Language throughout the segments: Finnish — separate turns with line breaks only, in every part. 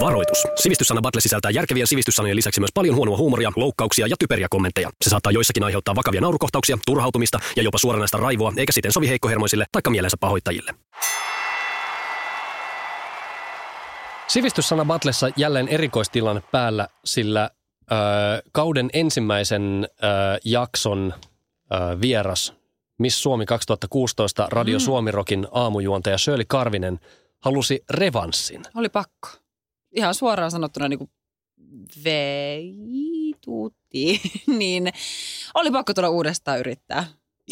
Varoitus. Sivistyssana Battle sisältää järkevien sivistyssanojen lisäksi myös paljon huonoa huumoria, loukkauksia ja typeriä kommentteja. Se saattaa joissakin aiheuttaa vakavia naurukohtauksia, turhautumista ja jopa suoranaista raivoa, eikä siten sovi heikkohermoisille taikka mielensä pahoittajille.
Sivistyssana Batlessa jälleen erikoistilanne päällä, sillä ö, kauden ensimmäisen ö, jakson ö, vieras Miss Suomi 2016 Radio Suomirokin aamujuontaja Shirley Karvinen halusi revanssin.
Oli pakko. Ihan suoraan sanottuna niin kuin veitutti, niin oli pakko tulla uudestaan yrittää.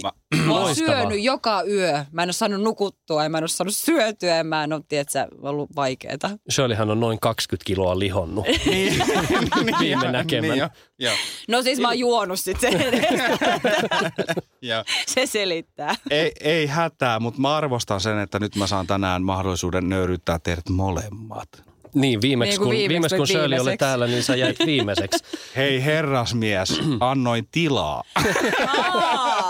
Mä-
Mä oon
Loistavaa.
syönyt joka yö. Mä en ole saanut nukuttua ja mä en ole saanut syötyä ja mä en ole, tiedätkö, ollut vaikeeta.
Shirleyhän on noin 20 kiloa lihonnut.
niin,
Viime
joo,
näkemä.
Niin, joo, joo,
No siis mä oon juonut sit sen,
joo.
se selittää.
Ei, ei hätää, mutta mä arvostan sen, että nyt mä saan tänään mahdollisuuden nöyryyttää teidät molemmat.
Niin, viimeksi,
Niin kuin
kun,
viimeksi
viimeksi, kun
tulit
Shirley oli
viimeiseksi.
täällä, niin sä jäit viimeiseksi.
Hei herrasmies, annoin tilaa.
Aa.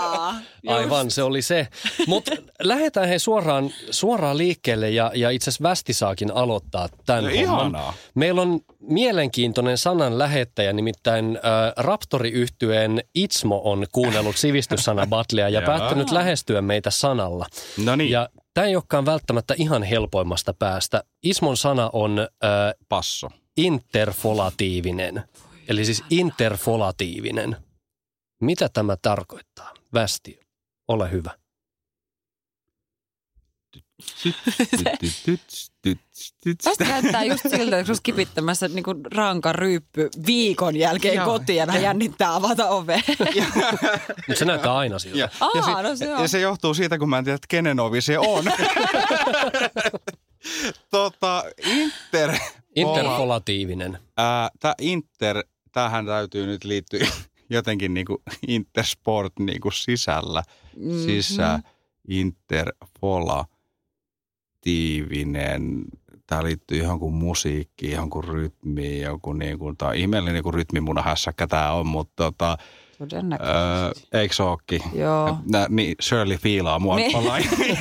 Aivan, se oli se. Mutta lähdetään he suoraan, suoraan liikkeelle ja, ja itse asiassa Västi saakin aloittaa tämän
No,
homman.
ihanaa.
Meillä on mielenkiintoinen sanan lähettäjä, nimittäin äh, Raptori-yhtyeen Itsmo on kuunnellut sivistyssanabatlia ja
Jaa.
päättänyt lähestyä meitä sanalla.
No niin,
Ja tämä ei olekaan välttämättä ihan helpoimmasta päästä. Ismon sana on äh,
passo.
interfolatiivinen, eli siis interfolatiivinen. Mitä tämä tarkoittaa? Västi, ole hyvä.
Tyts, tyts, tyts, tyts.
Tästä näyttää just siltä, että olisi kipittämässä niin kuin ranka ryyppy viikon jälkeen
Joo.
kotiin ja vähän jännittää avata ove.
Mutta se näyttää aina siltä.
Ja,
Aa,
ja,
no se on.
ja se johtuu siitä, kun mä en tiedä, että kenen ovi se on. tota, Inter...
Interfolatiivinen.
Ää, tää Inter, tähän täytyy nyt liittyä jotenkin niinku Intersport niinku sisällä.
Mm-hmm.
Sisä, Interfola, tiivinen. Tää liittyy johonkin musiikkiin, johonkin rytmiin, joku niinku, tää on ihmeellinen niinku rytmimunahässäkkä tää on, mutta tota, öö,
Todennäköisesti.
eikö se ookin?
Joo.
Nä, niin, Shirley fiilaa mua.
Niin.
Niin.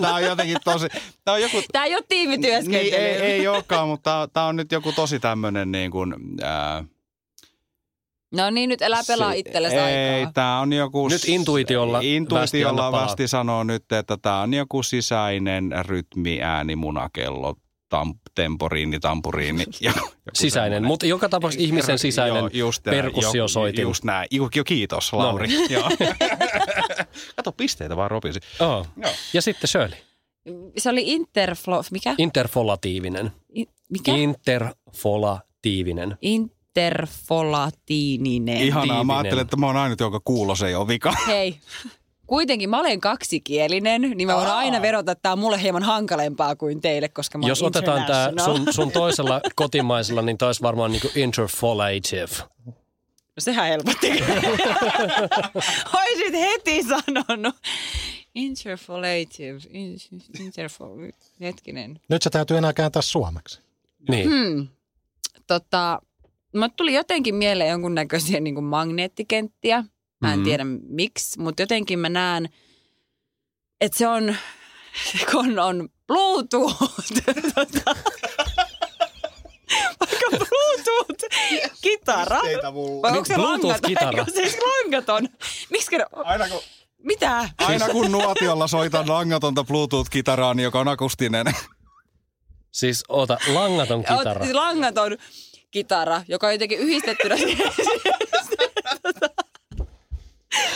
Tämä on jotenkin tosi, tämä on joku,
Tämä ei ole tiimityöskentely.
niin, ei, ei olekaan, mutta tämä on nyt joku tosi tämmöinen niin kuin, ää,
No niin, nyt elä pelaa
se-
itsellesi
Ei,
aikaa.
tämä on joku...
Nyt intuitiolla Västi, anna
Intuitiolla
palaa.
västi sanoo nyt, että tämä on joku sisäinen rytmi, ääni, munakello, tam, temporiini, tampuriini. jo- joku
Sisäinen,
semmoinen.
mutta joka tapauksessa ihmisen sisäinen
Joo, just nää,
perkussiosoitin. No.
jo- Just näin. Ju, jo, kiitos, Lauri. Joo. Kato, pisteitä vaan ropisi.
Joo.
Joo.
Ja sitten Shirley.
Se oli interflo... Mikä?
Interfolatiivinen.
In, mikä?
Interfolatiivinen.
Interfolatiininen.
Ihanaa,
Tiivinen.
mä ajattelin, että mä oon ainut, jonka kuulo se ei ole vika.
Hei. Kuitenkin mä olen kaksikielinen, niin mä voin aina verota, että tämä on mulle hieman hankalempaa kuin teille, koska mä oon
Jos otetaan tämä
international.
sun, sun toisella kotimaisella, niin taisi varmaan niinku interfolative.
No sehän helpotti. Oisit heti sanonut. Interpolative. in- Interpol... Hetkinen.
Nyt se täytyy enää kääntää suomeksi.
Niin.
Hmm. Tota, mä tuli jotenkin mieleen jonkunnäköisiä niin kuin magneettikenttiä. Mä en
Mhm.
tiedä miksi, mutta jotenkin mä näen, että se on, kun on Bluetooth. tota, Vaikka Bluetooth-kitara. Vai onko se
Bluetooth-kitara.
langaton? Eikö siis langaton? Miksi
Aina kun,
Mitä?
aina kun nuotiolla soitan langatonta Bluetooth-kitaraa, niin joka on akustinen.
Siis oota, langaton
Oot-
kitara.
siis Langaton kitara, joka on jotenkin yhdistettynä siihen- tota,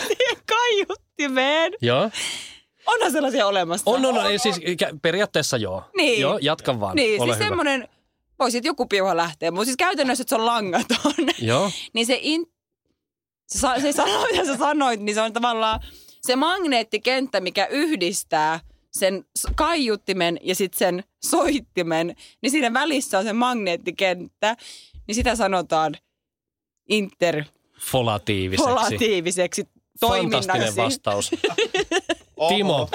siihen kaiuttimeen.
Joo.
Onhan sellaisia olemassa.
On, on, on. Ei, siis, kä- periaatteessa joo.
Niin.
Joo, jatka vaan.
Niin,
Ole
siis
hyvä.
semmoinen, voisit joku piuha lähteä, mutta siis käytännössä, että se on langaton.
Joo.
niin se, in, se, sa- se sano, mitä sä sanoit, niin se on tavallaan se magneettikenttä, mikä yhdistää sen s- kaiuttimen ja sitten sen soittimen, niin siinä välissä on se magneettikenttä, niin sitä sanotaan
Folatiiviseksi.
interpolatiiviseksi toiminnaksi.
Fantastinen vastaus. Timo,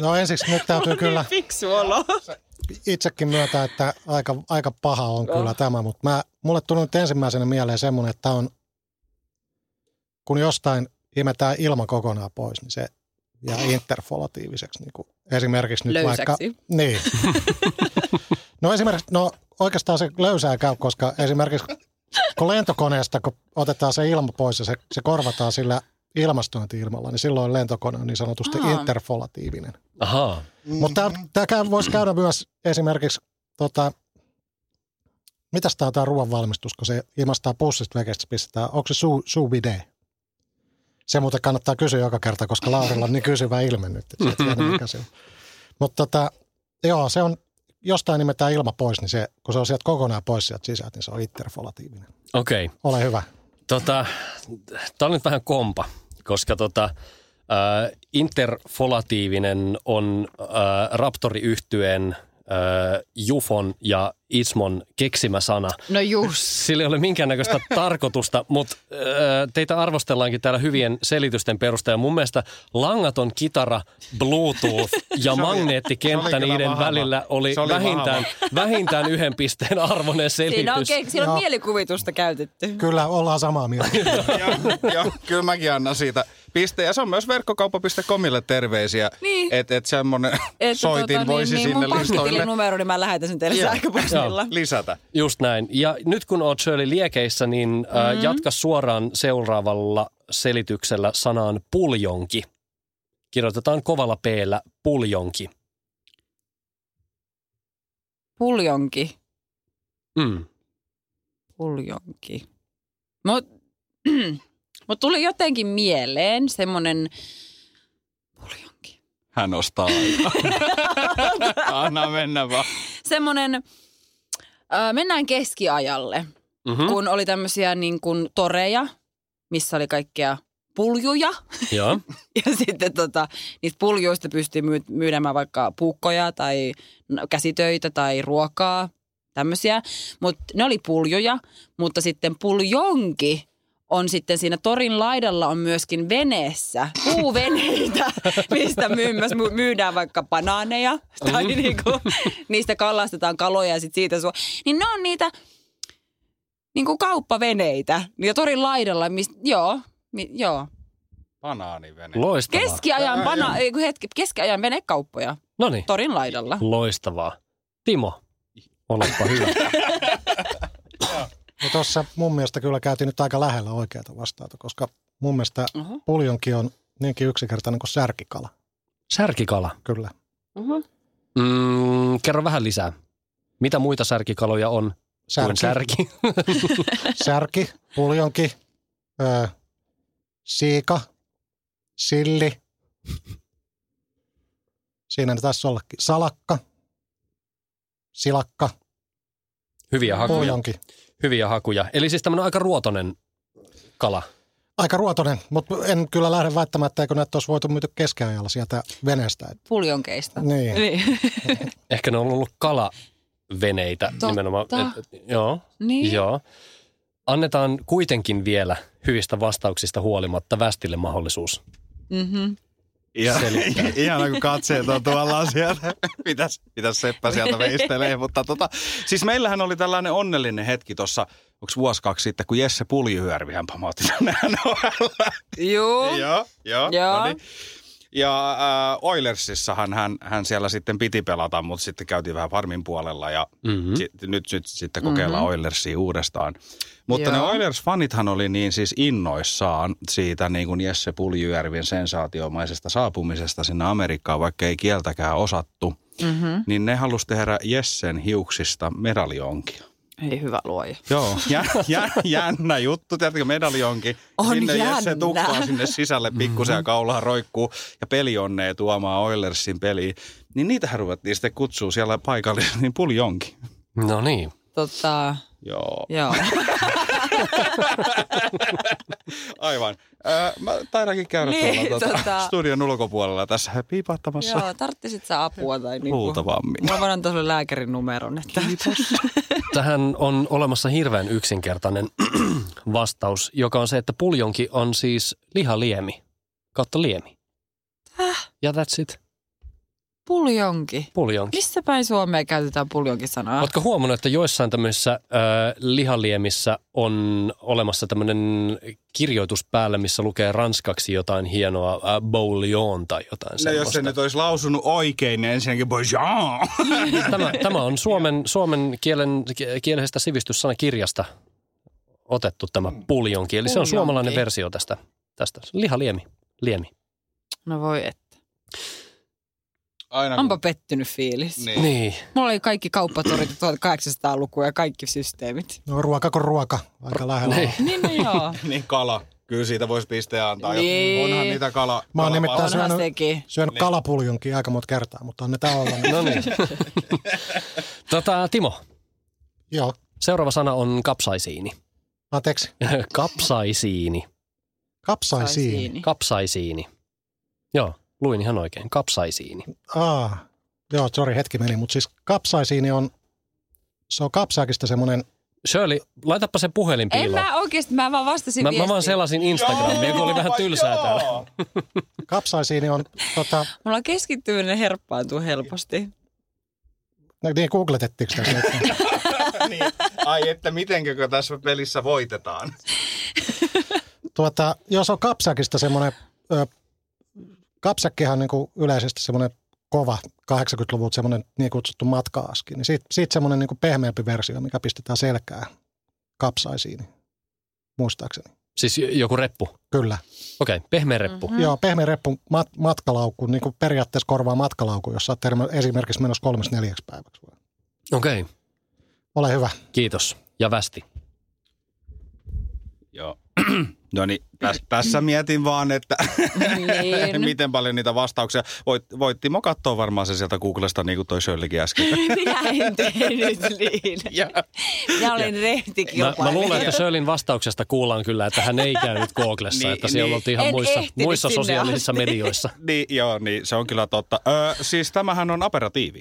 No ensiksi nyt täytyy kyllä
Fiksu olo.
itsekin myöntää, että aika, aika paha on kyllä
Oh.
tämä, mutta mä, mulle tuli nyt ensimmäisenä mieleen semmoinen, että tää on, kun jostain imetään ilma kokonaan pois, niin se jää interfolatiiviseksi. Niin kuin esimerkiksi nyt
Löysäksi.
vaikka... Niin. no esimerkiksi, no oikeastaan se löysää käy, koska esimerkiksi kun lentokoneesta, kun otetaan se ilma pois ja se, se korvataan sillä ilmastointi-ilmalla, niin silloin lentokone on niin sanotusti
Aa.
interfolatiivinen.
ahaa,
Mutta tämä voisi käydä myös esimerkiksi, tota, mitäs tämä on tämä ruoanvalmistus, kun se ilmastaa pussista vekestä, pistetään, onko se suu, suubide? Se muuten kannattaa kysyä joka kerta, koska Laurilla on niin kysyvä ilme nyt, että se ei tiedä, mikä se on. Mutta tota, joo, se on, jostain nimetään ilma pois, niin se, kun se on sieltä kokonaan pois sieltä sisältä, niin se on interfolatiivinen.
okei.
Ole hyvä.
Tota, tämä on nyt vähän kompa, koska tota, ää, interfolatiivinen on ää, Raptori-yhtyeen ää, Jufon ja Ismon keksimä sana.
No just.
Sillä ei ole minkäännäköistä tarkoitusta, mutta äh, teitä arvostellaankin täällä hyvien selitysten perusteella. Mun mielestä langaton kitara, bluetooth ja
Se oli- se
magneettikenttä
oli kyllä
niiden
vahva.
välillä oli,
Se oli
vähintään, vähintään yhden pisteen arvoinen selitys.
Siinä on, ke- siinä on
Joo.
mielikuvitusta käytetty.
Kyllä, ollaan samaa mieltä.
joo, joo, kyllä mäkin annan siitä pisteen. Ja se on myös verkkokauppa.comille terveisiä,
Niin.
että et semmoinen
Että
soitin
tota,
voisi
niin,
sinne
niin mun
listoille
numero, niin mä lähetän sen teille sähköpostilla.
lisätä.
Just näin. Ja nyt kun oot Shirley liekeissä, niin äh,
Mm-hmm.
jatka suoraan seuraavalla selityksellä sanaan puljonki. Kirjoitetaan kovalla peellä puljonki.
Puljonki.
Mm.
Puljonki. Mut, mut tuli jotenkin mieleen semmonen puljonki.
Hän ostaa aina. Anna mennä vaan.
Semmonen, äh, mennään keskiajalle,
Mm-hmm.
kun oli tämmöisiä niin kuin toreja, missä oli kaikkea puljuja.
Joo.
Ja sitten tota, niistä puljuista pystyy myy- myydämään vaikka puukkoja tai no, käsitöitä tai ruokaa, tämmöisiä. Mutta ne oli puljuja, mutta sitten puljonki on sitten siinä torin laidalla on myöskin veneessä, puuveneitä, mistä myy- myös mu- myydään vaikka banaaneja tai niinku, niistä kalastetaan kaloja ja sit siitä sua. Niin ne on niitä niinku kauppaveneitä ja torin laidalla, mistä, joo, mi- joo.
Banaanivene.
Loistavaa.
Keskiajan, bana, ei, kun hetki, keskiajan venekauppoja
Noniin.
torin laidalla.
Loistavaa. Timo, olepa hyvä.
No tuossa mun mielestä kyllä käytiin nyt aika lähellä oikeata vastausta, koska mun mielestä
Oho.
puljonki on niinkin yksinkertainen kuin särkikala,
Särkikala.
kyllä.
Mm, kerro vähän lisää. Mitä muita särkikaloja on kuin
Särki,
särki?
särki puljonki, öö, siika, silli. Siinä ne taisi ollakin. Salakka, silakka,
Hyviä hakuja.
puljonki.
Hyviä hakuja. Eli siis tämmöinen aika ruotonen kala.
Aika ruotonen, mutta en kyllä lähde väittämään, että eikö näitä olisi voitu myyty keskiajalla sieltä veneestä. Et,
Puljonkeista.
niin.
Niin.
Ehkä ne on ollut kalaveneitä
Totta.
nimenomaan. et, joo.
niin.
Joo. Annetaan kuitenkin vielä hyvistä vastauksista huolimatta Västille mahdollisuus.
Mm-hmm.
Ja, ihana, kun katseet on tuolla sieltä. Mitäs, mitäs Seppä sieltä veistelee. Mutta tota, siis meillähän oli tällainen onnellinen hetki tuossa, onko vuosi kaksi sitten, kun Jesse Puljuhjärvihän pamautti tänne NHL.
Joo.
Niin, Joo, joo.
Joo.
No niin. Ja äh, Oilersissahan hän, hän siellä sitten piti pelata, mutta sitten käytiin vähän farmin puolella ja
Mm-hmm.
sit, nyt, nyt sitten kokeillaan mm-hmm. Oilersia uudestaan. Mutta
Mhm. Joo.
ne Oilers-fanithan oli niin siis innoissaan siitä niin kuin Jesse Puljujärven sensaatiomaisesta saapumisesta sinne Amerikkaan, vaikka ei kieltäkään osattu.
Mm-hmm.
Niin ne halusi tehdä Jessen hiuksista medaljonkia.
Ei hyvä luoja.
Joo, jä, jä, jännä juttu, tiedätkö, medaljonki.
On
sinne Jesse
jännä. Mm-hmm.
tukkaa sinne sisälle pikkusen ja kaulaa roikkuu ja peli onnee tuomaan Oilersin peliin. Niin niitähän ruvettiin sitten kutsua siellä paikallisesti niin puljonki.
No niin.
Tota,
Joo.
joo.
Aivan. Äh, mä taidankin käydä
Niin,
niin, tuolla tota...
tota-
studion ulkopuolella tässä piipahtamassa
joo, tarttisit sä apua tai niinku.
No
luultavammin.
Mä voin antaa sulle lääkärin numeron. Että.
Tähän on olemassa hirveän yksinkertainen vastaus, joka on se, että puljonki on siis lihaliemi kautta liemi. ja that's it.
Puljonki.
Puljonki.
Missä päin Suomea käytetään puljonki-sanaa?
Oletko huomannut, että joissain tämmöisissä ö, lihaliemissä on olemassa tämmöinen kirjoitus päällä, missä lukee ranskaksi jotain hienoa, ö, bouillon tai jotain
No,
semmoista.
jos se nyt olisi lausunut oikein, niin ensinnäkin bonjour.
Tämä, tämä on suomen, suomen kielen, kielisestä sivistyssanakirjasta otettu tämä
Mm.
puljon kieli. Se on
Puljonki.
suomalainen versio tästä. tästä. Lihaliemi. Liemi.
No voi et.
Aina kun-
Onpa pettynyt fiilis.
Niin.
Niin.
Mulla oli kaikki kauppatorit 1800-lukua ja kaikki systeemit.
No ruoka kuin ruoka, aika lähellä.
Niin.
Niin.
Niin no joo.
Niin kala. Kyllä siitä voisi pisteen antaa. joku-
Niin.
Onhan niitä kala.
Mä oon nimittäin
kalapalloja.
Onhan
syönyt-
sekin.
Syönyt niin. kalapuljonkin aika monta kertaa, mutta annetaan olla. Niin.
No niin. tota, Timo,
Joo,
seuraava sana on kapsaisiini.
anteeksi.
Kapsaisiini.
Kapsaisiin.
Kapsaisiini. Joo, luin ihan oikein. Kapsaisiini.
Aa, joo, sorry, hetki meni, mutta siis kapsaisiini on, se on kapsaakista semmoinen,
Shirley, laitapa se puhelin
En
piiloon.
mä oikeesti, mä vaan vastasin
Mä, mä
viestiin.
vaan selasin Instagramia, kun oli vähän tylsää
Joo.
täällä.
kapsaisiini on, tota,
Mulla keskittyminen herppaantuu helposti.
no niin googletettiinko tässä nyt?
niin. Ai että mitenkäkö tässä pelissä voitetaan.
Tuota, jos on kapsakista semmoinen, ö, kapsakkihan niin kuin yleisesti semmoinen kova, 80-luvulta semmoinen niin kutsuttu matkaaski, niin siitä, siitä semmoinen niin kuin pehmeämpi versio, mikä pistetään selkään kapsaisiin, muistaakseni.
Siis joku reppu.
Kyllä.
Okei, pehmeä reppu.
Mm. Joo, pehmeä reppu mat, matkalaukku, niin kuin periaatteessa korvaa matkalaukku, jos sä oot termi- esimerkiksi menossa kolmesta neljäksi päiväksi.
Mm-hmm.
Okei,
Ole hyvä.
kiitos. Ja västi.
Joo. No niin, täs, tässä mietin vaan, että
Niin.
miten paljon niitä vastauksia. Voit, voit Timo katsoa varmaan se sieltä Googlesta, niin kuin toi Shirleykin äsken.
Minä en tehnyt niin. Minä olin
Mä,
rehti
mä
kilpailija.
luulen, että Shirleyn vastauksesta kuullaan kyllä, että hän ei käynyt Googlessa,
Niin,
että siellä
niin.
oltiin ihan
En
muissa,
ehtinyt
muissa
sinne
sosiaalisissa medioissa.
niin, joo, niin se on kyllä totta. Öö, siis tämähän on aperatiivi.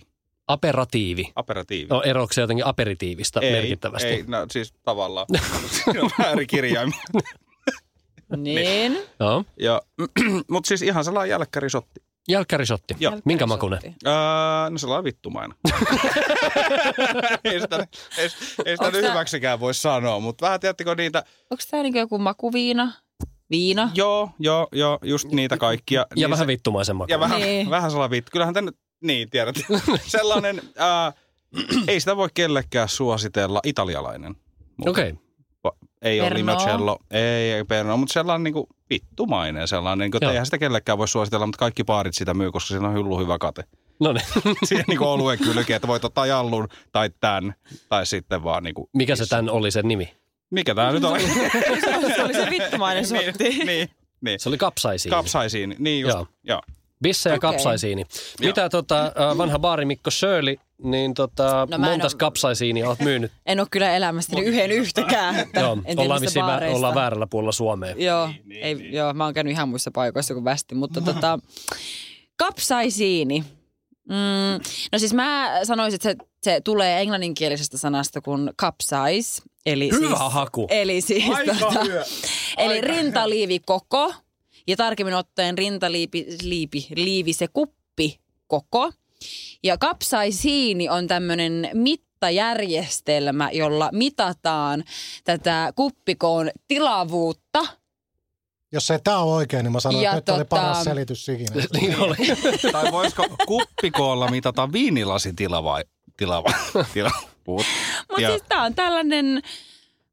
Aperatiivi.
Aperatiivi.
No, eroksi se jotenkin aperitiivista merkittävästi?
Ei, no, siis tavallaan. Siinä on vähän eri kirjaimia.
Niin.
Joo.
Ja, mutta siis ihan sellainen jälkkärisotti.
Jälkkärisotti.
Joo.
Minkä makuinen?
Öö, no sellainen vittumainen. ei sitä, ei, ei sitä
Onks
nyt
tää-
hyväksikään voi sanoa, mutta vähän tiedättekö niitä,
Onko tämä niinku joku makuviina? Viina?
joo, joo, joo, just niitä kaikkia.
Ja
Niin
vähän
se-
vittumaisen makuinen.
Ja vähän,
Niin.
vähän sellainen vittu. Kyllähän tänne, niin tiedät, sellainen, ää, ei sitä voi kellekään suositella, italialainen. Mut
Okei. Okay.
Ei ole
Perno.
limoncello, ei, ei perno, mutta sellainen niin kuin vittumainen sellainen. Niin kuin, että
Joo.
eihän sitä kellekään voi suositella, mutta kaikki paarit sitä myy, koska siinä on hyllu hyvä kate.
No niin.
Siihen niin kuin oluen kylki, että voit ottaa jallun tai tän, tai sitten vaan niin kuin,
Mikä se tän oli sen nimi?
mikä tämä nyt oli?
Niin,
Se oli se vittumainen sotti.
niin, niin.
Se oli kapsaisiini.
Kapsaisiin, niin just,
Joo.
joo. joo.
Bisse ja
Okei.
kapsaisiini. Mitä tota, äh, vanha baarimikko Shirley, niin tota,
No mä en
montas
oo-
kapsaisiinia oot myynyt?
En ole kyllä elämästäni yhden yhtäkään. Että
Joo,
en tiedä
ollaan,
mistä
vissiin vä-
baareista.
ollaan väärällä puolella Suomea.
Joo, niin, ei, niin. joo, mä oon käynyt ihan muissa paikoissa kuin västi, mutta
Mm.
tota, kapsaisiini. Mm, no siis mä sanoisin, että se, se tulee englanninkielisestä sanasta kuin capsize. Eli
Hyvä
siis,
haku.
Eli siis tota, eli rintaliivi koko ja tarkemmin ottaen rintaliipi liipi, liivi se kuppi koko. Ja kapsaisiini on tämmöinen mittajärjestelmä, jolla mitataan tätä kuppikoon tilavuutta.
Jos ei tämä ole oikein, niin mä sanon,
Ja
että nyt oli
tota-
paras selitys ikinä.
Niin oli.
Tai voisiko kuppikoolla mitata viinilasin tila vai tila vai tila? Puhut.
Mutta
Ja-
siis tää on tällainen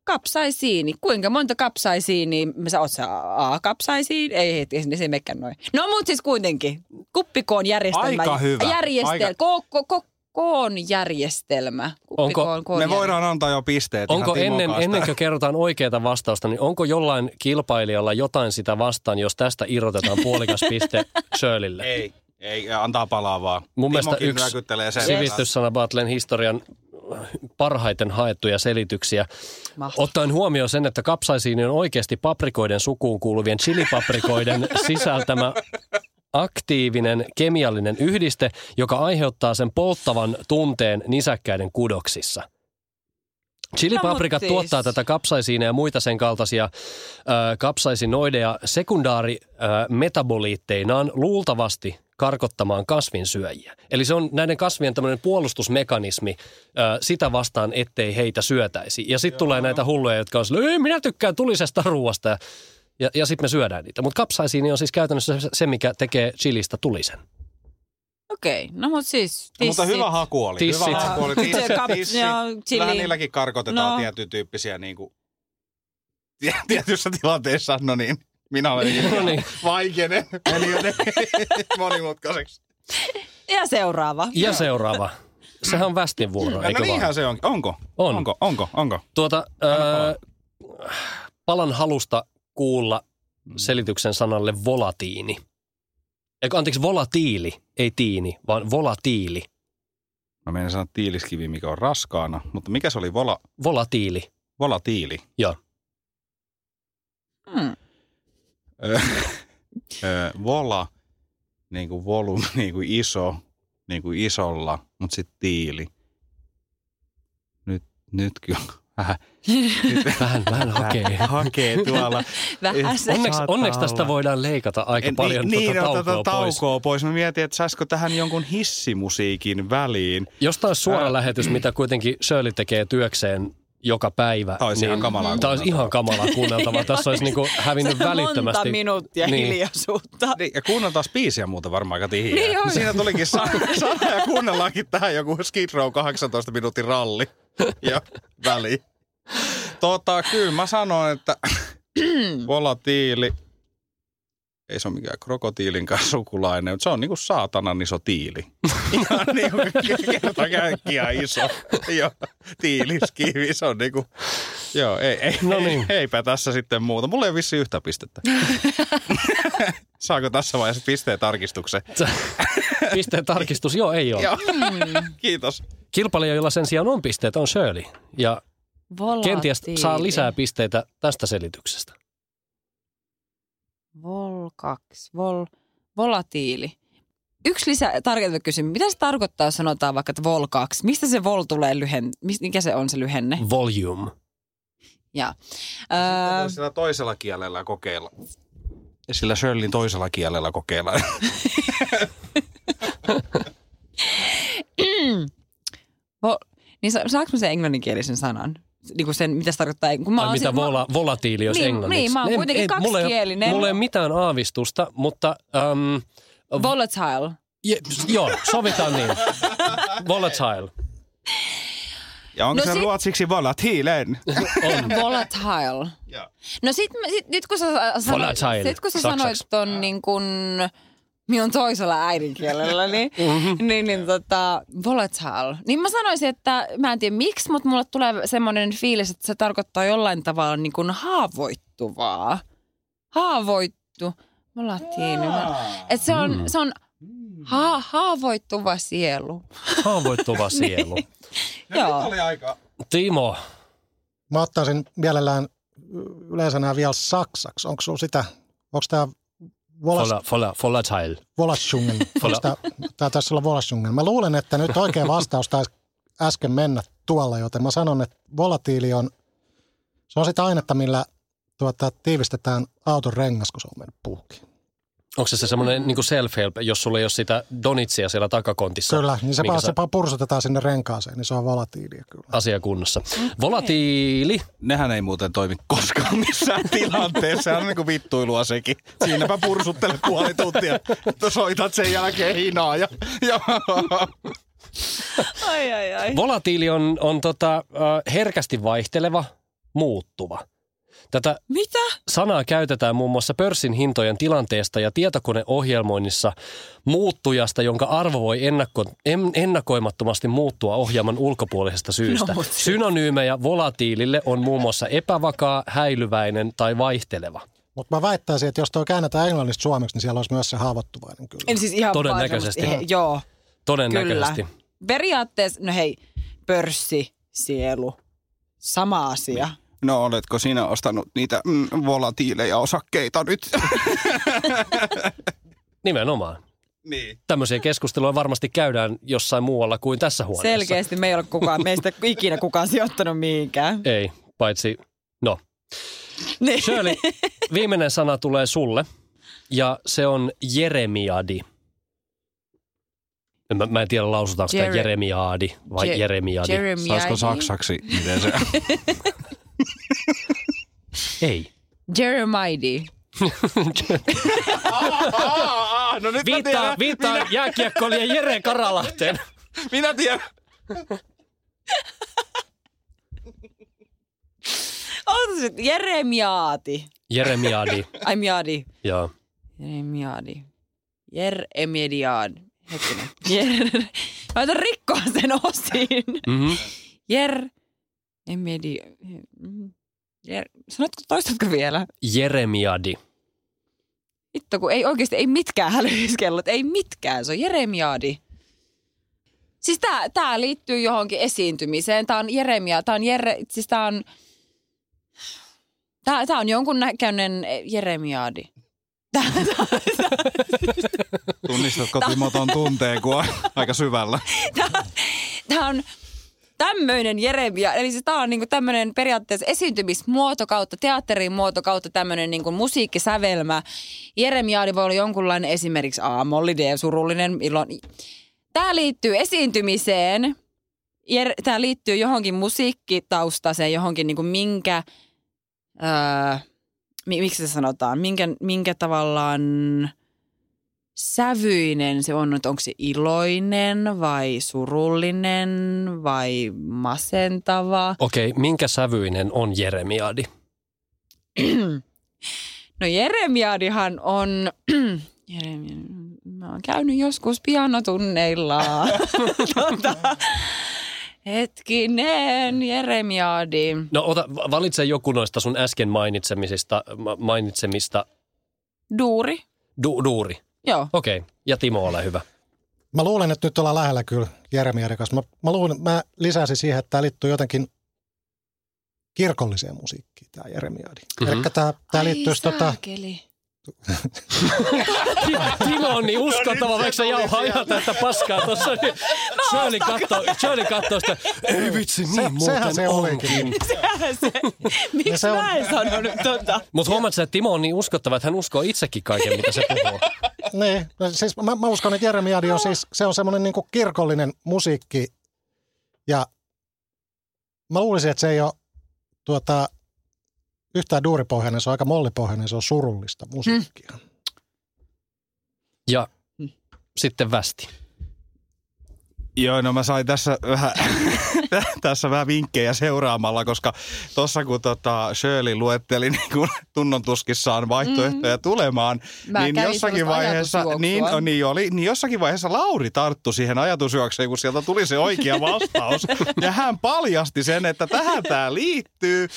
kapsaisiini. Kuinka monta kapsaisiini? Sä oot sä A kapsaisiini? Ei, ei, ei se ei menekään noin. No mut siis kuitenkin. Kuppikoon järjestelmä.
Aika hyvä.
Järjestel,
Aika-
Ko, ko, ko, koon järjestelmä. Kuppikoon, koon
Me
järjestelmä.
voidaan antaa jo pisteet ihan
Onko
Timon
ennen,
kanssa.
ennen kuin kerrotaan oikeaa vastausta, niin onko jollain kilpailijalla jotain sitä vastaan, jos tästä irrotetaan puolikas piste Shirleylle?
Ei, ei, antaa palaa vaan.
Mun mielestä
Timokin
yksi
räkyttelee sen.
sivistyssanabattlen historian parhaiten haettuja selityksiä.
Mahtavaa.
Ottaen huomioon sen, että kapsaisiini on oikeasti paprikoiden sukuun kuuluvien chilipaprikoiden sisältämä aktiivinen kemiallinen yhdiste, joka aiheuttaa sen polttavan tunteen nisäkkäiden kudoksissa. Chilipaprikat
No, mut siis.
tuottaa tätä kapsaisiinia ja muita sen kaltaisia ö, kapsaisinoideja sekundaari ö, metaboliitteinaan luultavasti karkottamaan kasvinsyöjiä. Eli se on näiden kasvien tämmöinen puolustusmekanismi ö, sitä vastaan, ettei heitä syötäisi. Ja sitten tulee näitä hulluja, jotka on sillä, "Ei, minä tykkään tulisesta ruoasta ja, ja, ja sitten me syödään niitä. Mutta kapsaisiini on siis käytännössä se- se, mikä tekee chilistä tulisen.
Okei, no mutta siis
No, mutta
tissit.
hyvä haku oli.
Tissit.
Hyvä haku oli.
Se kap-
Tissit.
joo,
Kyllähän
chili.
niilläkin karkotetaan no.
No.
tietyn tyyppisiä niin kuin, tietyssä tilanteessa, no niin. Minä olen
No niin.
vaikene, eli monimutkaiseksi.
No,
Ja seuraava.
Ja seuraava. Sehän on västin vuoro,
No
eikö vaan?
niinhän se on. Onko?
On.
Onko? Onko? Onko?
Tuota, öö, palan halusta kuulla selityksen sanalle volatiini. Eikö, anteeksi, volatiili, ei tiini, vaan volatiili.
Mä menen sanoa tiiliskivi, mikä on raskaana, mutta mikä se oli? Vola,
Volatiili,
volatiili.
joo.
Hmm.
Ö, ö, vola, niin kuin volum, niin kuin iso, niin kuin isolla, mutta sitten tiili. Nyt, nyt kyllä vähän, nyt
Vähän, vähän hakee.
hakee tuolla.
Vähän se.
Onneksi,
Saattaa
onneksi tästä
olla.
voidaan leikata aika
En-
paljon
niin,
tuota
niin,
taukoa pois.
taukoa pois. Mä mietin, että saisiko tähän jonkun hissimusiikin väliin.
Jos tämä olisi suora
Ää.
lähetys, mitä kuitenkin Shirley tekee työkseen joka päivä.
Tämä olisi ihan kamalaa
Tämä olisi ihan kamalaa kuunneltavaa. Tässä olisi niinku hävinnyt
Se on
välittömästi.
Monta minuuttia
Niin.
niin. hiljaisuutta.
Niin, ja kuunnellaan biisiä muuta varmaan aika tihiä.
Niin on.
Siinä tulikin sana, sana ja kuunnellaankin tähän joku Skid Row 18 minuutin ralli ja väli. Tota, kyllä mä sanon, että volatiili, ei se ole mikään krokotiilinkaan sukulainen, mutta se on niinku saatanan iso tiili. Ihan niinku kerta kaikkiaan iso. Joo, tiiliskivi, se on niinku, joo, ei, ei,
No
no
niin.
niin. eipä tässä sitten muuta. Mulla ei ole vissiin yhtä pistettä. Saako tässä vaiheessa pisteen tarkistuksen?
Pisteen tarkistus, joo ei ole.
Joo.
Mm.
Kiitos.
Kilpailija, jolla sen sijaan on pisteet, on Shirley. Ja
Niin.
kenties saa lisää pisteitä tästä selityksestä.
Vol 2, vol, volatiili. Yksi lisä tarkoitettu kysymys. Mitä se tarkoittaa, jos sanotaan vaikka, että vol 2? Mistä se vol tulee lyhen? mis- Mikä se on se lyhenne?
Mm. Volume. No
Ja,
Sitten
öö,
voisi sillä toisella kielellä kokeilla. Ja Sillä Shirleyn toisella kielellä kokeilla.
vol, niin sa- saanko mä sen englanninkielisen sanan? Niin kuin sen, mitä se tarkoittaa? Kun mä
Ai
oon
mitä
sit-
vola, volatiili olisi
Niin,
englanniksi.
niin, mä oon
En-
kuitenkin
en- mulla ei-
kaksikielinen.
Mulla ei ole mitään aavistusta, mutta äm,
mä, volatile.
je, joo, sovitaan niin. Volatile
Ja onko
No
no se
sit-
ruotsiksi volatiilen?
on.
Volatile. No sit, mä- sit, nyt kun sä sanoit,
Volatile,
sit, kun sä
saksaksi.
sanoit ton niin kun, minun toisella äidinkielellä, niin, niin, niin tota, volatile. Niin mä sanoisin, että mä en tiedä miksi, mutta mulle tulee semmoinen fiilis, että se tarkoittaa jollain tavalla niin kun haavoittuvaa. Haavoittu. Volatiili. Et se on,
Mm.
se on ha, haavoittuva sielu.
Haavoittuva sielu.
Niin. Joo.
aika.
Timo,
Mä ottaisin mielellään yleensä nämä vielä saksaksi. Onko sulla sitä, onko tämä
vola, vola, volatile.
Volaschungen?
Vola-
Tämä taisi olla Volaschungen. Mä luulen, että nyt oikea vastaus taisi äsken mennä tuolla, joten mä sanon, että volatiili on, se on sitä ainetta, millä tuota, tiivistetään auton rengas, kun se on mennyt puhki.
Onko se
Mm.
semmoinen niin self-help, jos sulla ei ole sitä donitsia siellä takakontissa?
Kyllä, niin se,
minkä
vaan,
sä-
se vaan pursutetaan sinne renkaaseen, niin se on volatiilia kyllä.
Asiakunnassa. Volatiili.
Nehän ei muuten toimi koskaan missään tilanteessa. Se on niinku vittuilua sekin. Siinäpä pursuttele puoli tuntia. että Soitat sen jälkeen hinaa ja, ja
Ai, ai, ai.
Volatiili on, on tota, ö, herkästi vaihteleva, muuttuva. Tätä
Mitä?
sanaa käytetään muun muassa pörssin hintojen tilanteesta ja tietokoneohjelmoinnissa muuttujasta, jonka arvo voi ennakko, en, ennakoimattomasti muuttua ohjelman ulkopuolisesta syystä.
No,
No,
mut siis.
Synonyymejä volatiilille on muun muassa epävakaa, häilyväinen tai vaihteleva.
Mutta mä väittäisin, että jos tuo käännetään englannista suomeksi, niin siellä olisi myös se haavoittuvainen kyllä.
En siis ihan
Todennäköisesti.
vaan semmoista- Joo.
Todennäköisesti.
Kyllä. Periaatteessa, no hei, pörssi, sielu, sama asia.
No oletko sinä ostanut niitä mm, volatiileja osakkeita nyt?
Nimenomaan.
niin.
Tämmöisiä keskusteluja varmasti käydään jossain muualla kuin tässä huoneessa.
Selkeästi me ei ole kukaan, meistä ikinä kukaan sijoittanut mihinkään.
Ei, paitsi, no.
Niin.
Shirley, viimeinen sana tulee sulle ja se on Jeremiadi. en mä, mä en tiedä lausutaanko Jere-
Jere-
sitä Jeremiaadi vai
Je-
Je- Jeremiadi.
Jeremiadi.
Saisiko saksaksi? Miten se?
Ei.
Jeremiah.
no nyt
Viittaa, viittaa jääkiekkoilija Jere Karalahteen.
Minä tiedän.
Oota se, Jeremiaati.
Jeremiadi,
Ai miadi.
joo.
Jeremiadi. Jeremiadiad. Hetkinen. Jer... Mä yritän rikkoa sen osiin.
Mm-hmm.
Jer... Emedi... Jer... Sanotko, toistatko vielä?
Jeremiadi.
Vittu, kun ei oikeasti, ei mitkään hälyiskellot, ei mitkään, se on Jeremiadi. Siis tää, tää liittyy johonkin esiintymiseen, tää on Jeremia, tää on Jere, siis tää on, tää, tää on jonkun näköinen Jeremiadi.
Tunnistatko Timo ton tunteen, kun on aika syvällä?
Tää on tämmöinen Jeremia, eli siis tää on niinku tämmöinen periaatteessa esiintymismuoto kautta, teatterin muoto kautta tämmöinen niinku musiikkisävelmä. Jeremiaadi voi olla jonkunlainen esimerkiksi aamollinen ja surullinen ilon. Tää liittyy esiintymiseen, Jer- tää liittyy johonkin musiikkitaustaseen, johonkin niinku minkä, öö, mi- miksi se sanotaan, minkä, minkä tavallaan sävyinen se on, että onko se iloinen vai surullinen vai masentava.
Okei, minkä sävyinen on Jeremiadi?
No Jeremiadihan on... Jeremia, mä oon käynyt joskus pianotunneilla. tota, hetkinen, Jeremiadi.
No ota, va- valitse joku noista sun äsken mainitsemisista, ma- mainitsemista
Duuri.
du, duuri.
Joo.
Okei, ja Timo, ole hyvä.
Mä luulen, että nyt ollaan lähellä kyllä Jeremiaiden kanssa. Mä, mä luulen, mä lisäsin siihen, että tämä liittyy jotenkin kirkolliseen musiikkiin, tämä Jeremiadi.
Mhm.
Mm-hmm. Eli tämä, tämä liittyy tota,
saakeli.
Timo on
No
niin uskottava, vaikka se jauhaa ihan täyttä paskaa tuossa. Niin Shirley kattoo, Shirley kattoo sitä, ei vitsi, niin
Se-
muuten
sehän se olikin.
onkin.
Sehän se. Miksi
se on-
mä en sanonut tota?
Mutta huomaat sä, että Timo on niin uskottava, että hän uskoo itsekin kaiken, mitä se puhuu.
niin, no siis mä, mä, uskon, että Jeremiadi on siis, se on semmoinen niin kirkollinen musiikki. Ja mä luulisin, että se ei ole tuota, yhtään duuripohjainen, se on aika mollipohjainen, se on surullista musiikkia. Mm.
Ja sitten västi.
Joo, no mä sain tässä vähän, tässä vähän vinkkejä seuraamalla, koska tuossa kun tota Shirley luetteli niin kun tunnon tuskissaan vaihtoehtoja mm. tulemaan,
Mä
niin
kävin
jossakin,
semmoista
vaiheessa, niin,
ajatusjuoksua.
oh, niin, oli, niin jossakin vaiheessa Lauri tarttu siihen ajatusjuokseen, kun sieltä tuli se oikea vastaus. ja hän paljasti sen, että tähän tämä liittyy.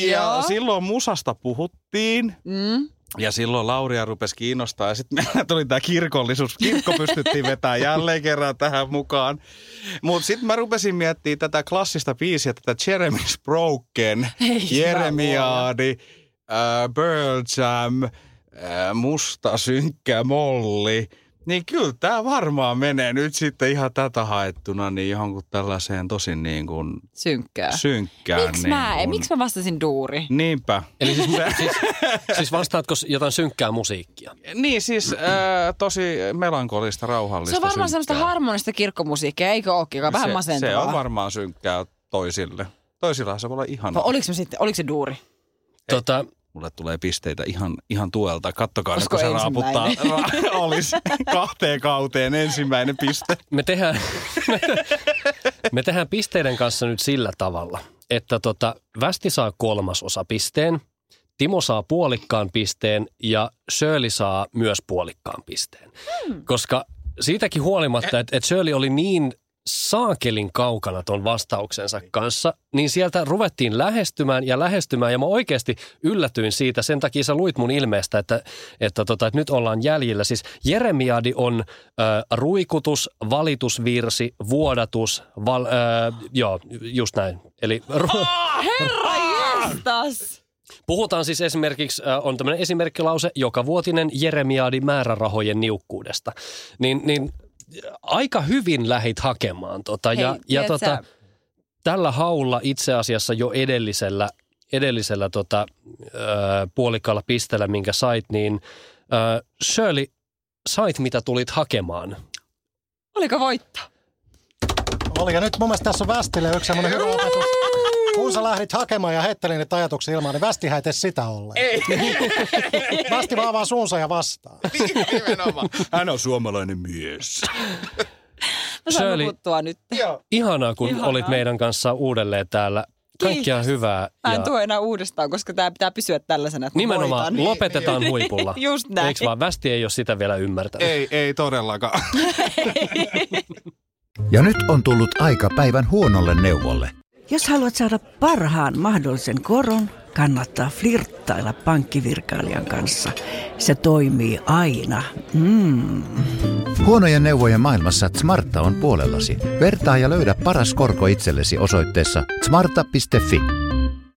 Ja
Joo.
silloin musasta puhuttiin.
Mm.
Ja silloin Lauria rupesi kiinnostaa ja sitten meillä tuli tämä kirkollisuus. Kirkko pystyttiin vetämään jälleen kerran tähän mukaan. Mutta sitten mä rupesin miettimään tätä klassista biisiä, tätä Jeremy Sproken,
Ei,
Jeremiadi, äh, Pearl Jam, äh, Musta synkkä molli. Niin kyllä tämä varmaan menee nyt sitten ihan tätä haettuna niin johonkin tällaiseen tosi niin kuin
Synkkää.
synkkään.
Miksi
niin
Äh, mä,
kuin-
miksi mä vastasin duuri?
Niinpä.
Eli siis, siis, siis vastaatko jotain synkkää musiikkia?
Niin siis äh, tosi melankolista, rauhallista
Se on varmaan semmoista
synkkää.
harmonista kirkkomusiikkia, eikö ookin, joka on vähän
Se-
masentavaa.
Se on varmaan synkkää toisille. Toisilla se voi olla ihanaa.
Vai oliko se sitten, oliko se duuri?
Tota,
Mulle tulee pisteitä ihan, ihan tuelta. Kattokaa, nyt,
Olisiko
kun se raaputtaa. Ra- olisi kahteen kauteen ensimmäinen piste.
me tehdään, me tehdään pisteiden kanssa nyt sillä tavalla, että tota, Västi saa kolmasosa pisteen, Timo saa puolikkaan pisteen ja Shirley saa myös puolikkaan pisteen. Koska siitäkin huolimatta, että et Shirley oli niin saakelin kaukana ton vastauksensa kanssa, niin sieltä ruvettiin lähestymään ja lähestymään ja mä oikeasti yllätyin siitä. Sen takia sä luit mun ilmeestä, että, että, tota, että nyt ollaan jäljillä. Siis Jeremiadi on ö, ruikutus, valitusvirsi, vuodatus, val, ö, joo, just näin. Eli ru-
Herra jestas!
Puhutaan siis esimerkiksi, äh, on tämmöinen esimerkkilause, joka vuotinen Jeremiaadi määrärahojen niukkuudesta. Niin, niin äh, aika hyvin lähit hakemaan. Tota,
Hei,
ja, ja
tiedät sä-
tota, tällä haulla itse asiassa jo edellisellä, edellisellä tota, äh, puolikkaalla pisteellä, minkä sait, niin äh, Shirley, sait mitä tulit hakemaan.
Oliko voitto?
Oli, ja nyt mun mielestä tässä on Västille yksi semmoinen hyvä opetus. Kun sä lähdit hakemaan ja heittelin niitä ajatuksia ilmaan, niin Västihän ei tee sitä ollenkaan. Ei. Västi vaan avaa suunsa ja vastaa.
Niin, Nimenomaan. Hän on suomalainen mies.
Mä saan
Shirley.
nukuttua nyt.
Ihanaa, kun
Ihanaa.
olit meidän kanssa uudelleen täällä. Kaikkea hyvää.
Mä en
ja
tuo enää uudestaan, koska tämä pitää pysyä tällaisena, että mä
nimenomaan
voitan.
lopetetaan huipulla.
Just näin.
Eiks vaan? Västi ei ole sitä vielä ymmärtänyt.
ei, ei todellakaan.
Ja nyt on tullut aika päivän huonolle neuvolle.
Jos haluat saada parhaan mahdollisen koron, kannattaa flirttailla pankkivirkailijan kanssa. Se toimii aina. Mm.
Huonojen neuvojen maailmassa Smarta on puolellasi. Vertaa ja löydä paras korko itsellesi osoitteessa smarta.fi.